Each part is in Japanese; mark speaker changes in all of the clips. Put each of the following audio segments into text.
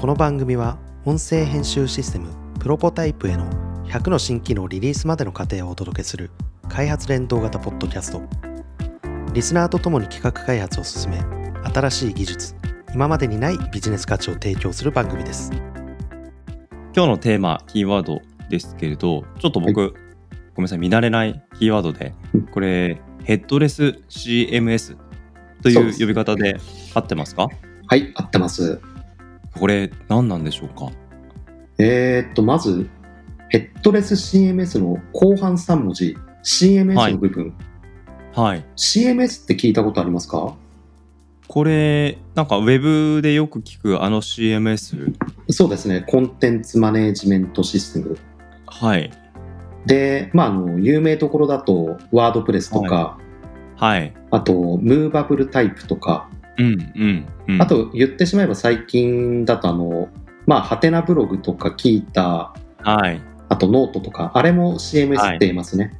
Speaker 1: この番組は音声編集システムプロポタイプへの100の新機能リリースまでの過程をお届けする開発連動型ポッドキャストリスナーとともに企画開発を進め新しい技術今までにないビジネス価値を提供する番組です
Speaker 2: 今日のテーマキーワードですけれどちょっと僕、ごめんなさい見慣れないキーワードでこれヘッドレス CMS と
Speaker 3: そう
Speaker 2: い
Speaker 3: で
Speaker 2: う
Speaker 3: す
Speaker 2: 呼び方で合ってますか
Speaker 3: はい、合ってます。
Speaker 2: これ何なんでしょうか
Speaker 3: えーっと、まず、ヘッドレス CMS の後半3文字、
Speaker 2: はい
Speaker 3: CMS の部分。
Speaker 2: はい
Speaker 3: CMS って聞いたことありますか
Speaker 2: これなんかウェブでよく聞くあの CMS
Speaker 3: そうですね、コンテンツマネージメントシステム。
Speaker 2: はい
Speaker 3: で、まあ、あの、有名ところだと、ワードプレスとか、
Speaker 2: はい
Speaker 3: あと、ムーバブルタイプとか、
Speaker 2: うんうん、うん、
Speaker 3: あと、言ってしまえば最近だと、あの、まあ、ハテナブログとか聞いた、
Speaker 2: はい
Speaker 3: あとノートとか、あれも CMS って言いますね。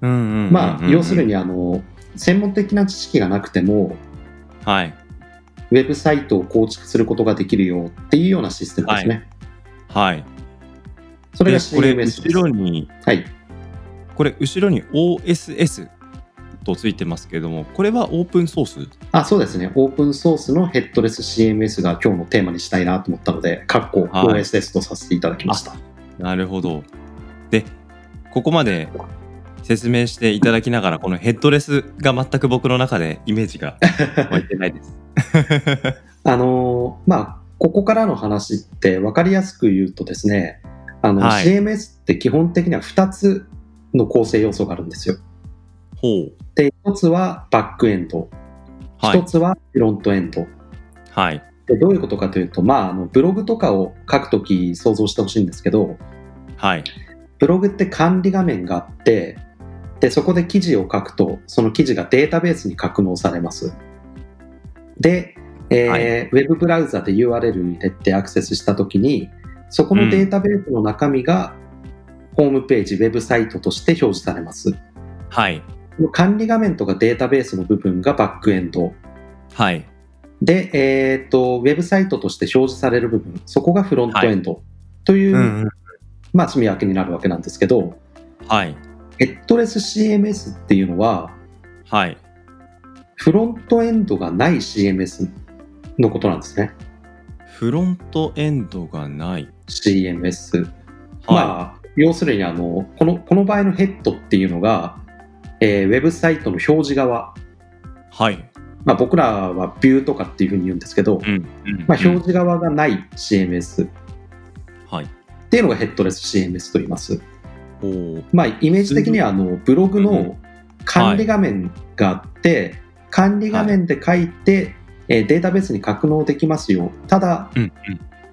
Speaker 2: うんうんうんうん
Speaker 3: まあ、要するにあの専門的な知識がなくても
Speaker 2: はい
Speaker 3: ウェブサイトを構築することができるよっていうようなシステムですね。
Speaker 2: はい
Speaker 3: それが
Speaker 2: でこれ
Speaker 3: CMS です
Speaker 2: 後。ろに
Speaker 3: はい、
Speaker 2: これ後ろに OSS とついてますけれどもこれはオープンソース
Speaker 3: あそうですね。オープンソースのヘッドレス CMS が今日のテーマにしたいなと思ったので、カッコ
Speaker 2: はい
Speaker 3: OSS とさせていただきました。
Speaker 2: なるほどでここまで説明していただきながらこのヘッドレスが全く僕の中でイメージが湧いてない です
Speaker 3: あのーまあ、ここからの話って分かりやすく言うとですね、あの
Speaker 2: はい
Speaker 3: CMS って基本的には2つの構成要素があるんですよ。
Speaker 2: ほう
Speaker 3: で、1つはバックエンド、
Speaker 2: は
Speaker 3: 1
Speaker 2: い
Speaker 3: つはフロントエンド。
Speaker 2: はい
Speaker 3: でどういうことかというと、まあ、あのブログとかを書くとき想像してほしいんですけど
Speaker 2: はい
Speaker 3: ブログって管理画面があってでそこで記事を書くとその記事がデータベースに格納されますで、えー
Speaker 2: はい
Speaker 3: ウェブブラウザで URL に入れてアクセスしたときにそこのデータベースの中身がホームページ、ウェブサイトとして表示されます
Speaker 2: はい
Speaker 3: この管理画面とかデータベースの部分がバックエンド
Speaker 2: はい
Speaker 3: で、えー、とウェブサイトとして表示される部分そこがフロントエンドという、
Speaker 2: うんうん
Speaker 3: まあ、住み分けになるわけなんですけど
Speaker 2: はい
Speaker 3: ヘッドレス CMS っていうのは
Speaker 2: はい
Speaker 3: フロントエンドがない CMS のことなんですね
Speaker 2: フロントエンドがない
Speaker 3: CMS、
Speaker 2: は
Speaker 3: まあ要するにあのこのこの場合のヘッドっていうのが、えーウェブサイトの表示側、
Speaker 2: いはい
Speaker 3: まあ、僕らはビューとかっていうふうに言うんですけど、
Speaker 2: うんうん
Speaker 3: まあ、表
Speaker 2: うん
Speaker 3: 示側がない CMS っ
Speaker 2: はい
Speaker 3: ていうのがヘッドレス CMS と言います
Speaker 2: おー
Speaker 3: まあ、イメージ的にはあのブログの管理画面があって、管理画面で書いて、えーデータベースに格納できますよただ
Speaker 2: うん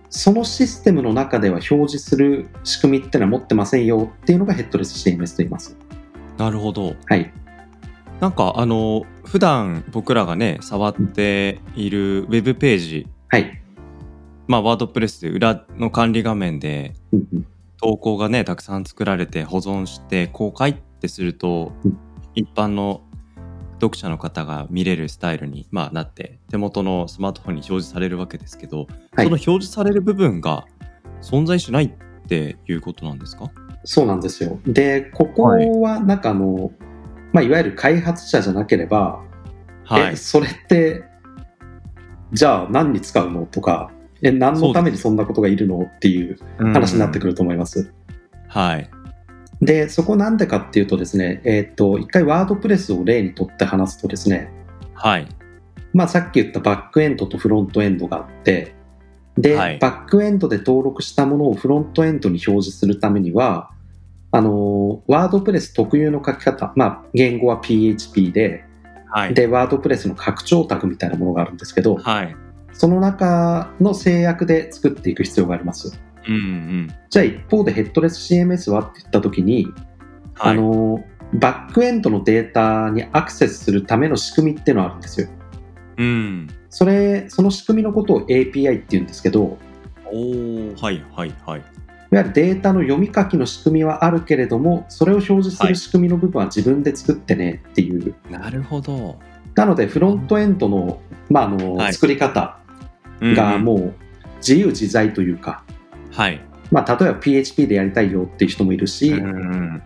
Speaker 3: そのシステムの中では表示する仕組みってのは持ってませんよっていうのがヘッドレス CMS と言います
Speaker 2: うんなるほど
Speaker 3: はい
Speaker 2: なんかあの普段僕らがね触っているウェブページ
Speaker 3: はい、
Speaker 2: まあワードプレスで裏の管理画面で
Speaker 3: うんうん
Speaker 2: 投稿がねたくさん作られて保存して公開ってすると、
Speaker 3: うん
Speaker 2: 一般の読者の方が見れるスタイルに、まあ、なって手元のスマートフォンに表示されるわけですけど、そ
Speaker 3: はい
Speaker 2: の表示される部分が存在しないっていうことなんですか
Speaker 3: そうなんですよでここはなんかあの、いまあ、いわゆる開発者じゃなければ、
Speaker 2: はい
Speaker 3: えそれってじゃあ何に使うのとかえ何のためにそんなことがいるのっていう話になってく
Speaker 2: る、
Speaker 3: ると思います。
Speaker 2: はい
Speaker 3: で、そこなんでかっていうとですね、えーっ、と、一回ワードプレスを例にとって話すとですね、
Speaker 2: はい
Speaker 3: まあさっき言ったバックエンドとフロントエンドがあって、で、
Speaker 2: はい
Speaker 3: バックエンドで登録したものをフロントエンドに表示するためには、あのーワードプレス特有の書き方、まあ言語は PHP で、
Speaker 2: はい
Speaker 3: で、ワードプレスの拡張タグみたいなものがあるんですけど、
Speaker 2: はい
Speaker 3: その中の制約で作っていく必要があります。
Speaker 2: うんうん
Speaker 3: じゃあ一方でヘッドレス CMS はって言ったときに、
Speaker 2: はい
Speaker 3: あのバックエンドのデータにアクセスするための仕組みっていうのがあるんですよ。
Speaker 2: うん
Speaker 3: それその仕組みのことを API っていうんですけど
Speaker 2: おーはいはいはい
Speaker 3: いわゆるデータの読み書きの仕組みはあるけれどもそれを表示す
Speaker 2: は
Speaker 3: る
Speaker 2: い
Speaker 3: 仕組みの部分は自分で作ってねっていう、
Speaker 2: なるほど
Speaker 3: なのでフロントエンドの,、まああの
Speaker 2: はい
Speaker 3: 作り方がもう自由自在というか、
Speaker 2: はい。
Speaker 3: まあ、例えば PHP でやりたいよっていう人もいるし、
Speaker 2: うん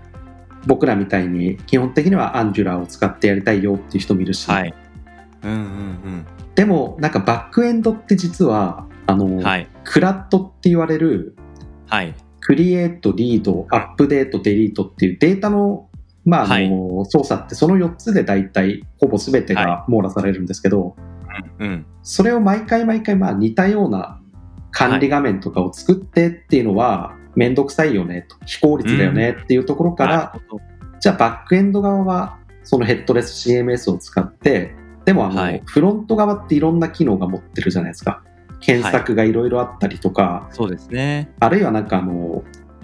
Speaker 3: 僕らみたいに基本的には Angular を使ってやりたいよっていう人もいるし、
Speaker 2: はい。うんうん
Speaker 3: でもなんかバックエンドって実はあの、
Speaker 2: うん。はい。
Speaker 3: クラットって言われる
Speaker 2: はい。
Speaker 3: クリエイト、リード、アップデート、デリートっていうデータの,、まああの操作ってその4つで大体ほぼ全てが網羅されるんですけど、
Speaker 2: うん。
Speaker 3: それを毎回毎回まあ似たような管理画面とかを作ってっていうのはめんどくさいよねと非効率だよねっていうところから、
Speaker 2: なるほど
Speaker 3: じゃあバックエンド側はそのヘッドレス CMS を使ってでもあの、
Speaker 2: はい
Speaker 3: フロント側っていろんな機能が持ってるじゃないですか検索がいろいろあったりとか、
Speaker 2: そうですね。
Speaker 3: あるいはなんかあの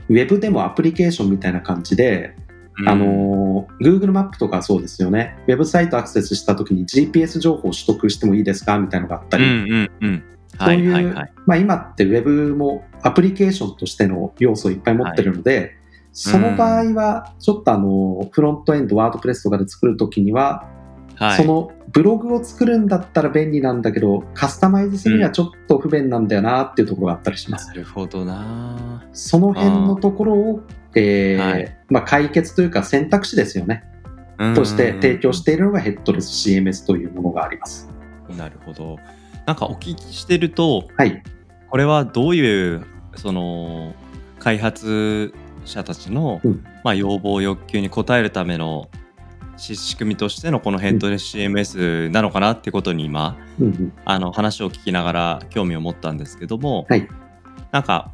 Speaker 3: ウェブでもアプリケーションみたいな感じで、
Speaker 2: うん
Speaker 3: あ、の Google マップとかそうですよねウェブサイトアクセスした時に GPS 情報を取得してもいいですかみたいなのがあった
Speaker 2: うん
Speaker 3: り、
Speaker 2: うんうん。
Speaker 3: そう
Speaker 2: はいいはいうはい。
Speaker 3: まあ、今ってウェブもアプリケーションとしての要素をいっぱい持ってるので、その場合はちょっとあのフロントエンドワードプレスとかで作るときには、
Speaker 2: はい。
Speaker 3: そのブログを作るんだったら便利なんだけどカスタマイズするにはちょっと不便なんだよなっていうところがあったりします、
Speaker 2: なるほどな。
Speaker 3: その辺のところを、えー
Speaker 2: はい
Speaker 3: まあ、解決というか選択肢ですよね、として提供しているのがヘッドレス CMS というものがあります
Speaker 2: て。なるほど。なんかお聞きしてると、
Speaker 3: はい
Speaker 2: これはどういうその開発者たちの、
Speaker 3: うん
Speaker 2: まあ、要望欲求に応えるためのし仕組みとしてのこのヘッドレス CMS なのかなってことに今、
Speaker 3: うんうん
Speaker 2: あの話を聞きながら興味を持ったんですけども、
Speaker 3: はい
Speaker 2: なんか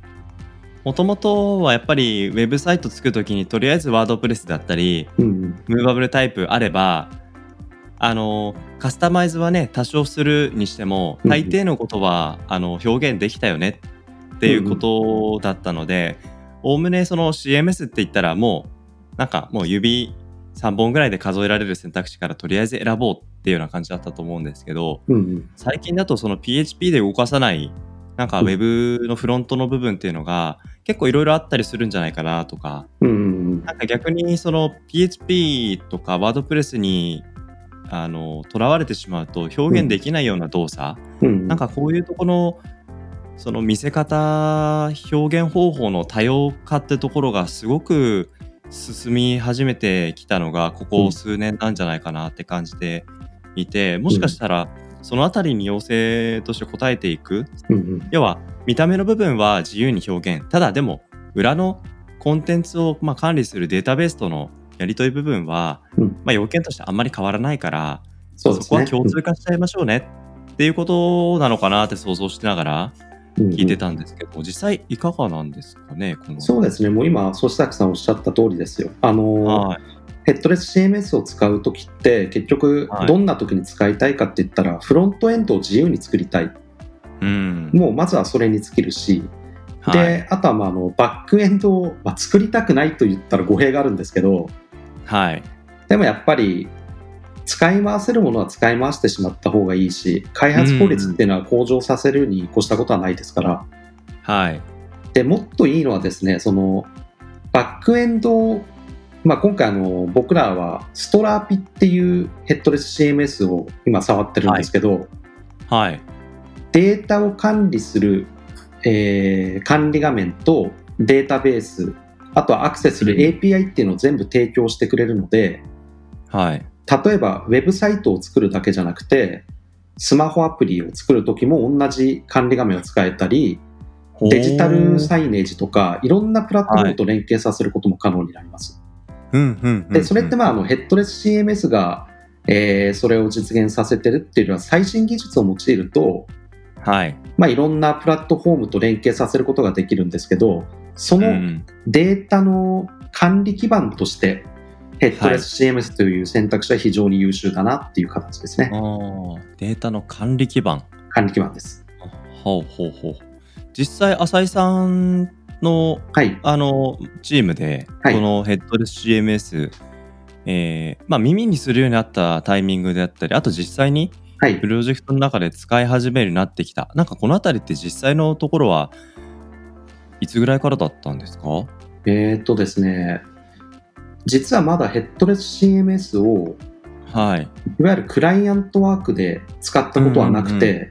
Speaker 2: もともとはやっぱりウェブサイト作るときにとりあえずワードプレスだったり
Speaker 3: うんうん
Speaker 2: ムーバブルタイプあればあのカスタマイズはね多少するにしても
Speaker 3: うん
Speaker 2: 大抵のことは、あの表現できたよねっていうことだったのでおおむねその CMS って言ったらもうなんかもう指3本ぐらいで数えられる選択肢からとりあえず選ぼうっていうような感じだったと思うんですけど
Speaker 3: うんうん
Speaker 2: 最近だとその PHP で動かさないなんか
Speaker 3: う
Speaker 2: ウ
Speaker 3: ん
Speaker 2: ェブのフロントの部分っていうのが結構いろいろあったりするんじゃないかなとか
Speaker 3: うんうん
Speaker 2: なんか逆にその PHP とか WordPress にあの囚われてしまうと表現できないような動作、
Speaker 3: うんうん
Speaker 2: なんかこういうとこのその見せ方表現方法の多様化ってところがすごく進み始めてきたのがここ数年なんじゃないかなって感じていてもしかしたらそのあたりに要請として応えていく
Speaker 3: うんうん
Speaker 2: 要は見た目の部分は自由に表現ただでも裏のコンテンツをまあ管理するデータベースとのやり取り部分は、
Speaker 3: うん
Speaker 2: まあ、要件としてあんまり変わらないから
Speaker 3: そ
Speaker 2: そこは共通化しちゃいましょうねっていうことなのかなって想像しながら聞いてたんですけど、実際いかがなんですかねこの
Speaker 3: そうですね、もう今、粗崎さんおっしゃった通りですよ。あの
Speaker 2: はい
Speaker 3: ヘッドレス CMS を使うときって、結局
Speaker 2: は、い
Speaker 3: どんなときに使いたいかって言ったら、フロントエンドを自由に作りたい、
Speaker 2: うん
Speaker 3: もうまずはそれに尽きるし、
Speaker 2: はい
Speaker 3: であとはまああのバックエンドを、まあ、作りたくないと言ったら語弊があるんですけど、
Speaker 2: はい
Speaker 3: でもやっぱり、使い回せるものは使い回してしまった方がいいし、開発効率っていうのは向上させるに越したことはないですから。
Speaker 2: はい
Speaker 3: でもっといいのはですねそのバックエンドを、まあ、今回あの僕らはストラーピっていうヘッドレス CMS を今触ってるんですけど、
Speaker 2: はい
Speaker 3: データを管理する、えー管理画面とデータベースあとはアクセスする
Speaker 2: うん
Speaker 3: API っていうのを全部提供してくれるので
Speaker 2: はい
Speaker 3: 例えばウェブサイトを作るだけじゃなくてスマホアプリを作るときも同じ管理画面を使えたり、デジタルサイネージとか、いろんなプラットフォームと連携させることも可能になります。
Speaker 2: うんうんうんうん
Speaker 3: で、それってまあ、あのヘッドレス CMS が、えーそれを実現させてるっていうよりは、最新技術を用いると、
Speaker 2: はい
Speaker 3: まあ、いろんなプラットフォームと連携させることができるんですけど、そうの
Speaker 2: ん
Speaker 3: データの管理基盤として、ヘッドレス CMS という選択肢は非常に優秀だなっていう形ですね
Speaker 2: あ。ーデータの管理基盤
Speaker 3: 管理基盤です。
Speaker 2: ほうほうほう実際浅井さんの
Speaker 3: はい。
Speaker 2: あのチームで、
Speaker 3: はい
Speaker 2: このヘッドレス CMS、えーまあ、耳にするようになったタイミングであったりあと実際に
Speaker 3: はい
Speaker 2: プ。ロジェクトの中で使い始めるようになってきたなんかこの辺りって実際のところはいつぐらいからだったんですか
Speaker 3: えーっとですね、実はまだヘッドレス CMS を
Speaker 2: はい
Speaker 3: いわゆるクライアントワークで使ったことはなくて、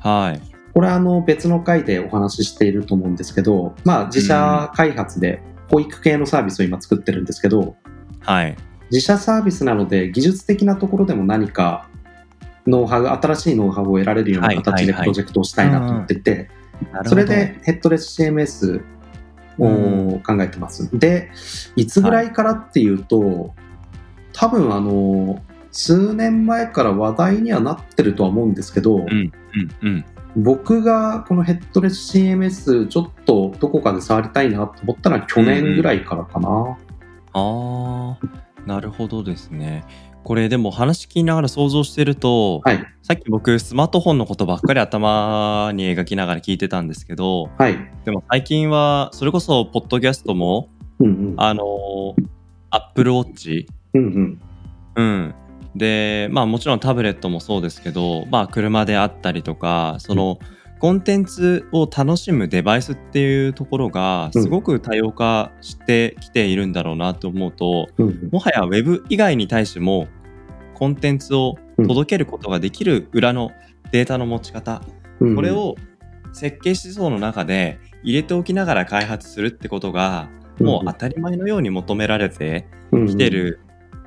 Speaker 2: はい
Speaker 3: これはあの別の回でお話ししていると思うんですけど、まあ、自社開発で保育系のサービスを今作ってるんですけど
Speaker 2: はい。
Speaker 3: 自社サービスなので技術的なところでも何かノウハウ新しいノウハウを得られるような形
Speaker 2: はいはい
Speaker 3: で
Speaker 2: はい
Speaker 3: プロジェクトをしたいなと思っていて
Speaker 2: なるほど
Speaker 3: それ、でヘッドレス CMS を考えてます。でいつぐらいからっていうと多分あの数年前から話題にはなってるとは思うんですけど、
Speaker 2: うんうん。
Speaker 3: 僕がこのヘッドレス CMS ちょっとどこかで触りたいなと思ったのは去年ぐらいからかな、
Speaker 2: ああ、なるほどですね。これでも話聞きながら想像してると、
Speaker 3: はい
Speaker 2: さっき僕スマートフォンのことばっかり頭に描きながら聞いてたんですけど、
Speaker 3: はい
Speaker 2: でも最近はそれこそポッドキャストも、
Speaker 3: うんうん
Speaker 2: あのー、Apple Watch、
Speaker 3: うんうん
Speaker 2: うん。で、まあもちろんタブレットもそうですけど、まあ車であったりとか、そのコンテンツを楽しむデバイスっていうところがすごく多様化してきているんだろうなと思うと、
Speaker 3: うんうん
Speaker 2: もはや Web 以外に対してもコンテンツを届けることができる裏のデータの持ち方、
Speaker 3: うん
Speaker 2: これを設計思想の中で入れておきながら開発するってことがもう当たり前のように求められて来て、る、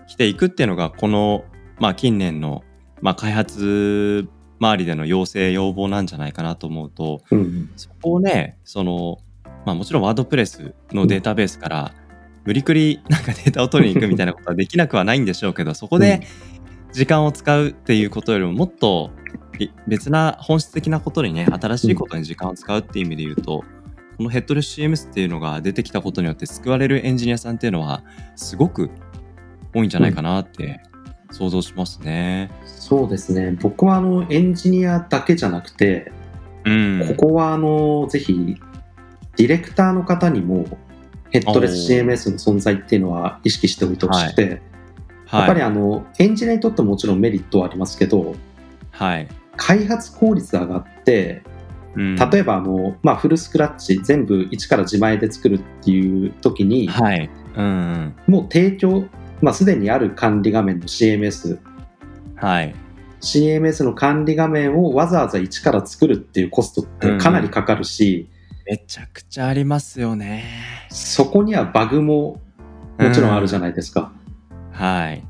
Speaker 2: 来ていくっていうのがこの、まあ、近年の、まあ、開発周りでの要請要望なんじゃないかなと思うと
Speaker 3: うんうん
Speaker 2: そこをねその、まあ、もちろんワードプレスのデータベースから無理くりなんかデータを取りに行くみたいなことはできなくはないんでしょうけどそこで時間を使うっていうことよりももっとい別な本質的なことにね新しいことに時間を使うっていう意味で言うとこのヘッドレス CMS っていうのが出てきたことによって救われるエンジニアさんっていうのはすごく多いんじゃないかなって想像しますね。
Speaker 3: そうですね僕はあのエンジニアだけじゃなくて、
Speaker 2: うん、
Speaker 3: ここはあのぜひディレクターの方にもヘッドレス CMS の存在っていうのは意識しておいてほしくて、やっぱり
Speaker 2: はい、
Speaker 3: あのエンジニアにとってももちろんメリットはありますけど
Speaker 2: はい
Speaker 3: 開発効率が上がって
Speaker 2: うん
Speaker 3: 例えばあの、まあ、フルスクラッチ全部一から自前で作るっていう時に、
Speaker 2: はい、うん、
Speaker 3: もう提供、まあ、すでにある管理画面の CMSCMS
Speaker 2: はい、
Speaker 3: の管理画面をわざわざ一から作るっていうコストってかなりかかるし、
Speaker 2: めちゃくちゃありますよね。
Speaker 3: そこにはバグももちろんあるじゃないですか、
Speaker 2: はい、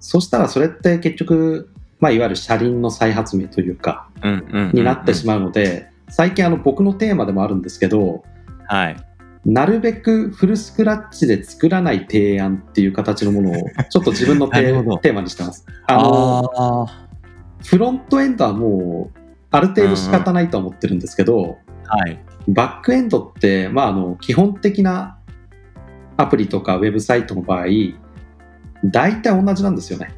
Speaker 3: そしたらそれって結局、まあ、いわゆる車輪の再発明というか
Speaker 2: うんうんうんうん
Speaker 3: になってしまうので、最近あの僕のテーマでもあるんですけど
Speaker 2: はい、
Speaker 3: なるべくフルスクラッチで作らない提案っていう形のものをちょっと自分の
Speaker 2: な
Speaker 3: テ
Speaker 2: るほど
Speaker 3: ーテーマにしてます。あの
Speaker 2: ああ
Speaker 3: フロントエンドはもうある程度仕方ないとは思ってるんですけど、
Speaker 2: はい、
Speaker 3: バックエンドって、まあ、あの基本的なアプリとかウェブサイトの場合大体同じなんですよね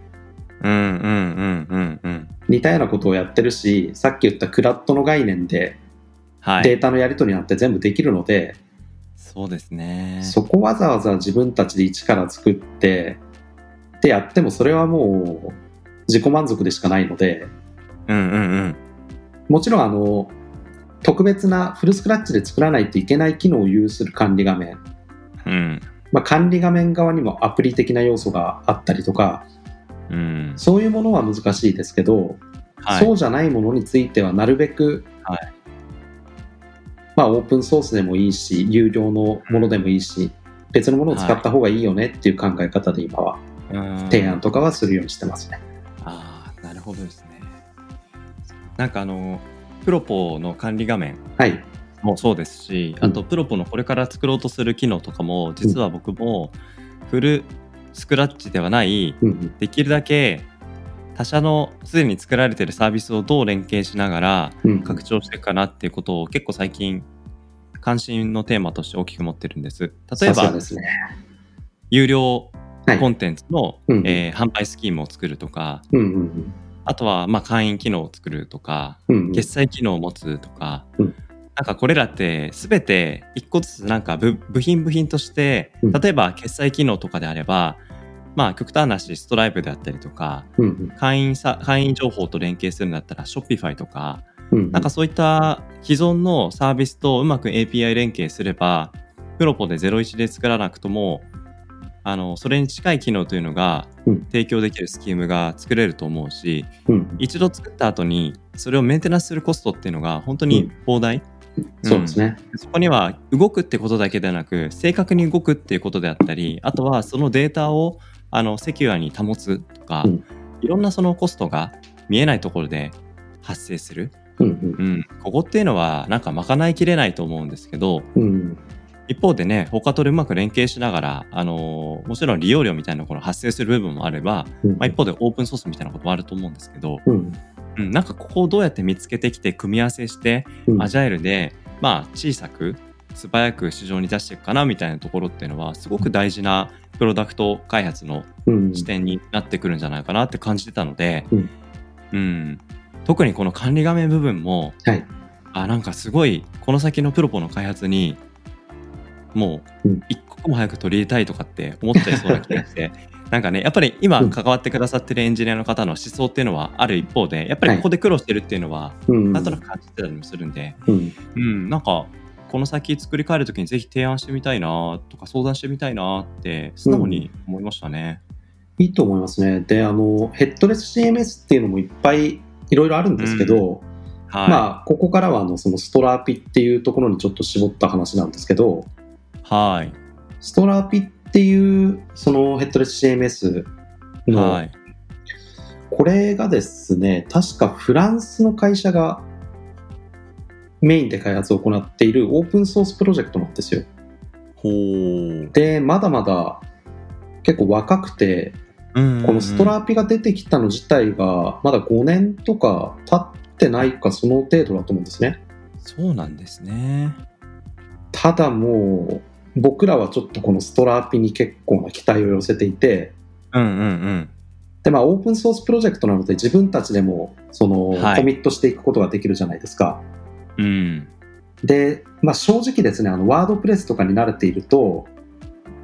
Speaker 2: うんうんうんうんうん、
Speaker 3: 似たようなことをやってるしさっき言ったクラッドの概念で
Speaker 2: はい、
Speaker 3: データのやり取りなんて全部できるので、
Speaker 2: そうですね。
Speaker 3: そこわざわざ自分たちで一から作ってってやってもそれはもう自己満足でしかないので
Speaker 2: うんうんうん、
Speaker 3: もちろんあの特別なフルスクラッチで作らないといけない機能を有する管理画面、
Speaker 2: うん
Speaker 3: まあ、管理画面側にもアプリ的な要素があったりとか
Speaker 2: うん、
Speaker 3: そういうものは難しいですけど、
Speaker 2: はい
Speaker 3: そうじゃないものについてはなるべく、
Speaker 2: は
Speaker 3: まあ、オープンソースでもいいし有料のものでもいいし別のものを使った方がいいよねっていう考え方で今は
Speaker 2: うん
Speaker 3: 提案とかはするようにしてますね。
Speaker 2: ああ、なるほどですね。なんかあの、プロポの管理画面
Speaker 3: はい、
Speaker 2: もそうですし、
Speaker 3: うん
Speaker 2: あとプロポのこれから作ろうとする機能とかも、実は僕もフルスクラッチではない、
Speaker 3: うんうん
Speaker 2: できるだけ他社のすでに作られてるサービスをどう連携しながら
Speaker 3: うん
Speaker 2: 拡張していくかなっていうことを結構最近関心のテーマとして大きく持ってるんです。例え
Speaker 3: さすが
Speaker 2: ば
Speaker 3: ですね。
Speaker 2: 有料
Speaker 3: はい
Speaker 2: コンテンツの、
Speaker 3: うんうん
Speaker 2: えー販売スキームを作るとか、
Speaker 3: うんうん
Speaker 2: あとは、まあ、会員機能を作るとか、
Speaker 3: うんうんうん
Speaker 2: 決済機能を持つとか、
Speaker 3: うん
Speaker 2: なんかこれらって全て一個ずつなんか部部品部品として、
Speaker 3: うん
Speaker 2: 例えば決済機能とかであれば、まあ、極端な話、ストライプであったりとか、
Speaker 3: うんうん
Speaker 2: 会員さ、会員情報と連携するんだったら、ショッピファイとか、
Speaker 3: うんうん
Speaker 2: なんかそういった既存のサービスとうまく API 連携すれば、プロポで01で作らなくとも、あのそれに近い機能というのが
Speaker 3: うん
Speaker 2: 提供できるスキームが作れると思うし、
Speaker 3: うん。
Speaker 2: 一度作った後にそれをメンテナンスするコストっていうのが本当に膨大、
Speaker 3: そうですね。
Speaker 2: そこには動くってことだけでなく正確に動くっていうことであったりあとはそのデータをあのセキュアに保つとか、
Speaker 3: うん
Speaker 2: いろんなそのコストが見えないところで発生する、
Speaker 3: うん
Speaker 2: うん、ここっていうのはなんか賄いきれないと思うんですけど
Speaker 3: うん。うん。
Speaker 2: 一方でね他とでうまく連携しながら、あのもちろん利用料みたいなところ発生する部分もあれば、
Speaker 3: うん
Speaker 2: まあ、一方でオープンソースみたいなこともあると思うんですけど、
Speaker 3: うん。
Speaker 2: うん、なんかここをどうやって見つけてきて組み合わせして
Speaker 3: うん
Speaker 2: アジャイルで、まあ、小さく素早く市場に出していくかなみたいなところっていうのはすごく大事なプロダクト開発の
Speaker 3: うん
Speaker 2: 視点になってくるんじゃないかなって感じてたので、
Speaker 3: うん
Speaker 2: うん特にこの管理画面部分も、
Speaker 3: はい
Speaker 2: あなんかすごいこの先のプロポの開発にも
Speaker 3: う
Speaker 2: うん一刻も早く取り入れたいとかって思っちゃいそうな気がして なんかねやっぱり今
Speaker 3: うん
Speaker 2: 関わってくださってるエンジニアの方の思想っていうのはある一方でやっぱりここで苦労してるっていうのは
Speaker 3: うん
Speaker 2: なんとなく感じてたりもするんで、
Speaker 3: うん。
Speaker 2: うん、なんかこの先作り変えるときにぜひ提案してみたいなとか相談してみたいなって素直に思いましたね。
Speaker 3: いいと思いますね。で、あの、ヘッドレス CMS っていうのもいっぱいいろいろあるんですけど、
Speaker 2: はい、
Speaker 3: まあ、ここからはあの、そのストラーピっていうところにちょっと絞った話なんですけど、
Speaker 2: はい、
Speaker 3: ストラーピっていう、そのヘッドレス CMS の、
Speaker 2: はい、
Speaker 3: これがですね、確かフランスの会社がメインで開発を行っているオープンソースプロジェクトなんですよ。
Speaker 2: ほう。
Speaker 3: で、まだまだ結構若くて、このストラ
Speaker 2: ー
Speaker 3: ーピが出てきたの自体がまだ5年とか経ってないかその程度だと思うんですね
Speaker 2: そうなんですね。
Speaker 3: ただもう僕らはちょっとこのストラーピに結構な期待を寄せていて
Speaker 2: うんうん
Speaker 3: でまあオープンソースプロジェクトなので自分たちでもその、
Speaker 2: はい
Speaker 3: コミットしていくことができるじゃないですか
Speaker 2: うん。うん。
Speaker 3: で、まあ、正直ですねあのワードプレスとかに慣れていると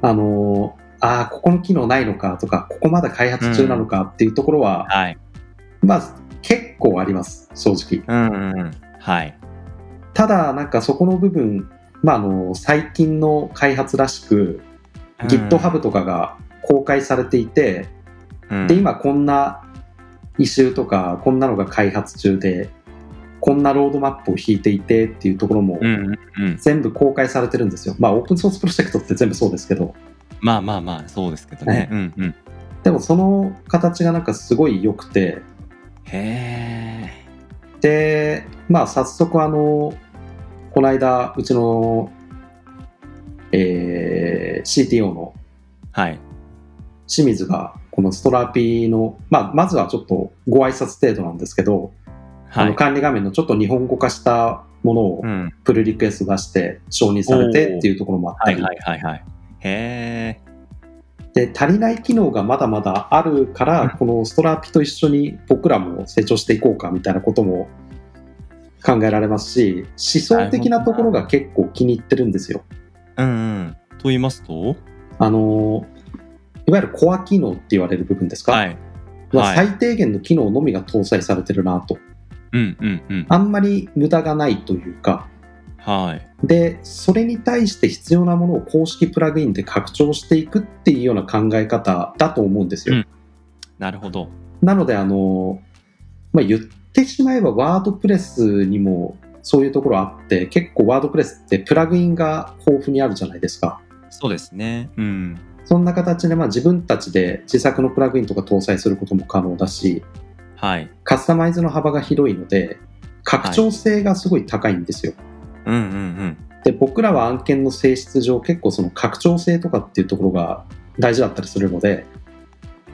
Speaker 3: あのあーここの機能ないのかとかここまだ開発中なのかっていうところは、
Speaker 2: はい。
Speaker 3: まあ結構あります正直
Speaker 2: うんうん。はい。
Speaker 3: ただなんかそこの部分、まあ、あの最近の開発らしく GitHub とかが公開されていて、
Speaker 2: うん
Speaker 3: で、今こんな異臭とかこんなのが開発中でこんなロードマップを引いていてっていうところも
Speaker 2: うんうんうん。
Speaker 3: 全部公開されてるんですよ、まあオープンソースプロジェクトって全部そうですけど
Speaker 2: まあまあまあ、そうですけどね。うんうん。
Speaker 3: でもその形がなんかすごい良くて
Speaker 2: へ
Speaker 3: でまあ早速あのこの間うちの、えー CTO の
Speaker 2: ーはい。
Speaker 3: 清水がこのストラピーの、まあ、まずはちょっとご挨拶程度なんですけど、あ
Speaker 2: は
Speaker 3: の
Speaker 2: い。
Speaker 3: 管理画面のちょっと日本語化したものを
Speaker 2: うん。
Speaker 3: プルリクエスト出して承認されてっていうところもあっ
Speaker 2: は
Speaker 3: た
Speaker 2: い
Speaker 3: り、
Speaker 2: はいはいはい。へえ。
Speaker 3: で足りない機能がまだまだあるから、このストラピーと一緒に僕らも成長していこうかみたいなことも考えられますし思想的なところが結構気に入ってるんですよ。
Speaker 2: うんうん。と言いますと
Speaker 3: あのいわゆるコア機能って言われる部分ですか、
Speaker 2: はい。
Speaker 3: まあ
Speaker 2: はい
Speaker 3: 最低限の機能のみが搭載されてるなと
Speaker 2: うんうんうん。
Speaker 3: あんまり無駄がないというか、
Speaker 2: はい。
Speaker 3: で、それに対して必要なものを公式プラグインで拡張していくっていうような考え方だと思うんですよ。
Speaker 2: うんなるほど。
Speaker 3: なので、あの、まあ、言ってしまえばワードプレスにもそういうところあって、結構ワードプレスってプラグインが豊富にあるじゃないですか。
Speaker 2: そうですね。うん。
Speaker 3: そんな形で、まあ、自分たちで自作のプラグインとか搭載することも可能だし、
Speaker 2: はい。
Speaker 3: カスタマイズの幅が広いので、拡張性がすごい高いんですよ。
Speaker 2: うんうんうん。
Speaker 3: で僕らは案件の性質上結構その拡張性とかっていうところが大事だったりするので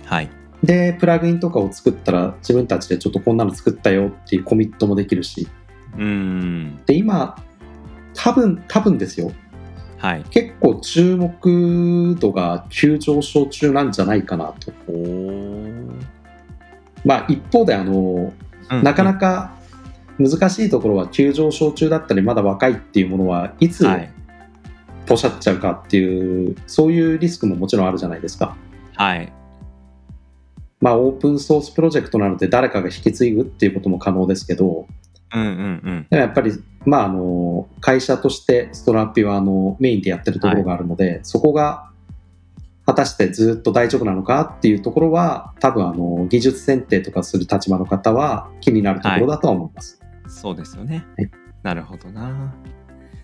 Speaker 2: はい。
Speaker 3: でプラグインとかを作ったら自分たちでちょっとこんなの作ったよっていうコミットもできるし
Speaker 2: うーん。
Speaker 3: で今多分多分ですよ
Speaker 2: はい。
Speaker 3: 結構注目度が急上昇中なんじゃないかなと
Speaker 2: おー。
Speaker 3: まあ一方であのなかな
Speaker 2: か、
Speaker 3: か難しいところは急上昇中だったりまだ若いっていうものはいつ
Speaker 2: はい。
Speaker 3: ポシャっちゃうかっていうそういうリスクももちろんあるじゃないですか
Speaker 2: はい。
Speaker 3: まあ、オープンソースプロジェクトなので誰かが引き継ぐっていうことも可能ですけど
Speaker 2: うんうん
Speaker 3: でもやっぱり、まあ、あの会社としてストラッピはあのメインでやってるところがあるので、そこが果たしてずっと大丈夫なのかっていうところは多分あの技術選定とかする立場の方は気になるところだとは思います。
Speaker 2: そうですよね
Speaker 3: はい。
Speaker 2: なるほどな。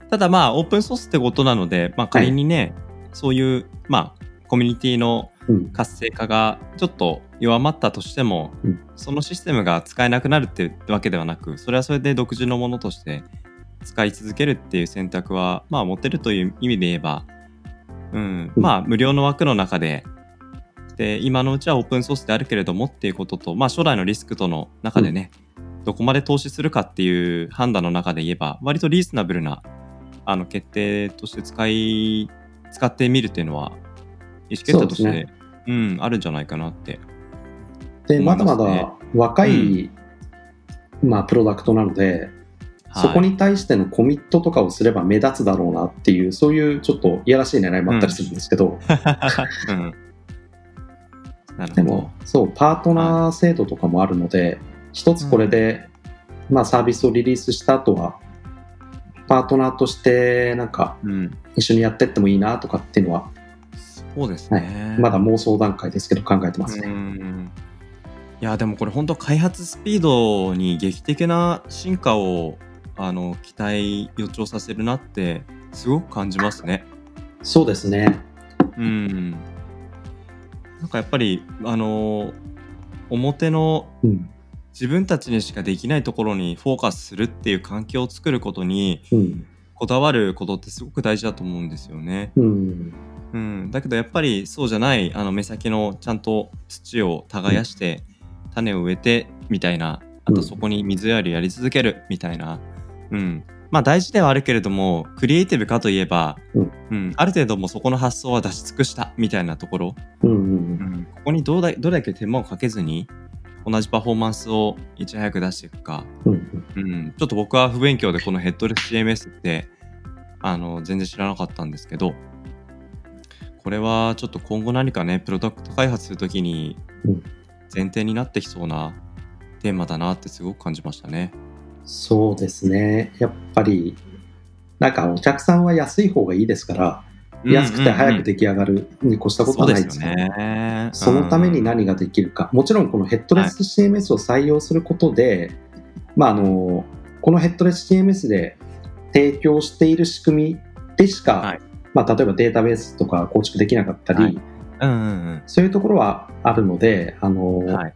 Speaker 2: ただまあ、オープンソースってことなので、まあ仮にね、そういう、まあ、コミュニティの
Speaker 3: うん
Speaker 2: 活性化がちょっと弱まったとしても、
Speaker 3: うん
Speaker 2: そのシステムが使えなくなるってわけではなく、それはそれで独自のものとして使い続けるっていう選択は、まあ持てるという意味で言えば、うん、
Speaker 3: うん
Speaker 2: まあ無料の枠の中で、で、今のうちはオープンソースであるけれどもっていうことと、まあ将来のリスクとの中でね、どこまで投資するかっていう判断の中で言えば、割とリーズナブルなあの決定として使い、使ってみるっていうのは、意思決定として、
Speaker 3: そうです
Speaker 2: うん、あるんじゃないかなって。
Speaker 3: で
Speaker 2: 思
Speaker 3: ま
Speaker 2: い
Speaker 3: だ
Speaker 2: ますね
Speaker 3: まだ若い、まあ、プロダクトなので、そこ
Speaker 2: はい
Speaker 3: に対してのコミットとかをすれば目立つだろうなっていうそういうちょっといやらしい狙いもあったりするんですけど、
Speaker 2: うんなる
Speaker 3: で
Speaker 2: ほ
Speaker 3: も
Speaker 2: ど。
Speaker 3: そうパートナー制度とかもあるので一つこれで、まあ、サービスをリリースした後はパートナーとしてなんか
Speaker 2: うん、
Speaker 3: 一緒にやってってもいいなとかっていうのは
Speaker 2: そうですね。
Speaker 3: まだ妄想段階ですけど考えてます
Speaker 2: う
Speaker 3: ね。
Speaker 2: んいやでもこれ本当開発スピードに劇的な進化をあの期待予兆させるなってすごく感じますね。
Speaker 3: そうですね。
Speaker 2: うん。なんかやっぱりあの表の
Speaker 3: うん。
Speaker 2: 自分たちにしかできないところにフォーカスするっていう環境を作ることに
Speaker 3: うん。
Speaker 2: こだわることってすごく大事だと思うんですよね。
Speaker 3: うん。
Speaker 2: うん、だけどやっぱりそうじゃないあの目先のちゃんと土を耕して種を植えてみたいなあ
Speaker 3: う
Speaker 2: と
Speaker 3: ん
Speaker 2: そこに水やりやり続けるみたいな、うん、まあ大事ではあるけれどもクリエイティブかといえば、
Speaker 3: うん
Speaker 2: うんある程度もうそこの発想は出し尽くしたみたいなところ、
Speaker 3: うんうん。
Speaker 2: ここにどうだどれだけ手間をかけずに同じパフォーマンスをいち早く出していくか、
Speaker 3: うん。
Speaker 2: うん、ちょっと僕は不勉強でこのヘッドレス CMS ってあの全然知らなかったんですけどこれはちょっと今後何かねプロダクト開発するときに
Speaker 3: うん
Speaker 2: 前提になってきそうなテーマだなってすごく感じましたね。
Speaker 3: そうですね。やっぱり、なんかお客さんは安い方がいいですから、安くて早く
Speaker 2: き
Speaker 3: 出来上がるに越したこ
Speaker 2: そ
Speaker 3: と
Speaker 2: う
Speaker 3: は
Speaker 2: で
Speaker 3: ない
Speaker 2: す
Speaker 3: で
Speaker 2: よ
Speaker 3: すから
Speaker 2: ね。
Speaker 3: そのために
Speaker 2: な
Speaker 3: 何ができるか、もちろんこのヘッドレス CMS を採用することで、まあ、あのこのヘッドレス CMS で提供している仕組みでしか、
Speaker 2: はい
Speaker 3: まあ、例えばデータベースとか構築できなかったり、
Speaker 2: はいうんうん
Speaker 3: そういうところはあるのであの、
Speaker 2: うんはい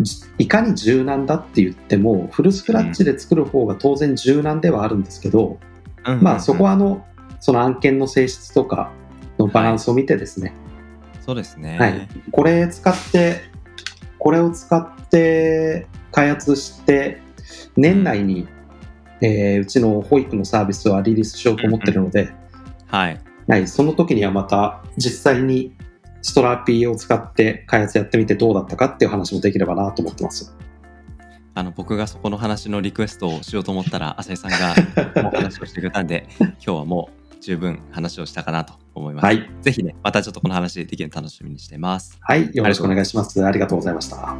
Speaker 3: じいかに柔軟だって言ってもフルスクラッチで作る方が当然柔軟ではあるんですけど、
Speaker 2: うんうん
Speaker 3: まあ、そこはあのその案件の性質とかのバランスを見てですね、
Speaker 2: そうですね。
Speaker 3: はい、これ使ってこれを使って開発して年内に、えーうちの保育のサービスはリリースしようと思ってるので、
Speaker 2: はい
Speaker 3: はい、その時にはまた実際にストラピーを使って開発やってみてどうだったかっていう話もできればなと思ってます。
Speaker 2: あの僕がそこの話のリクエストをしようと思ったら浅井さん がもう話をしてくれたんで今日はもう十分話をしたかなと思います。
Speaker 3: はい、
Speaker 2: ぜひね、またちょっとこの話できるの楽しみにしてます。
Speaker 3: はい、よろしくお願いします。ありがとうございました。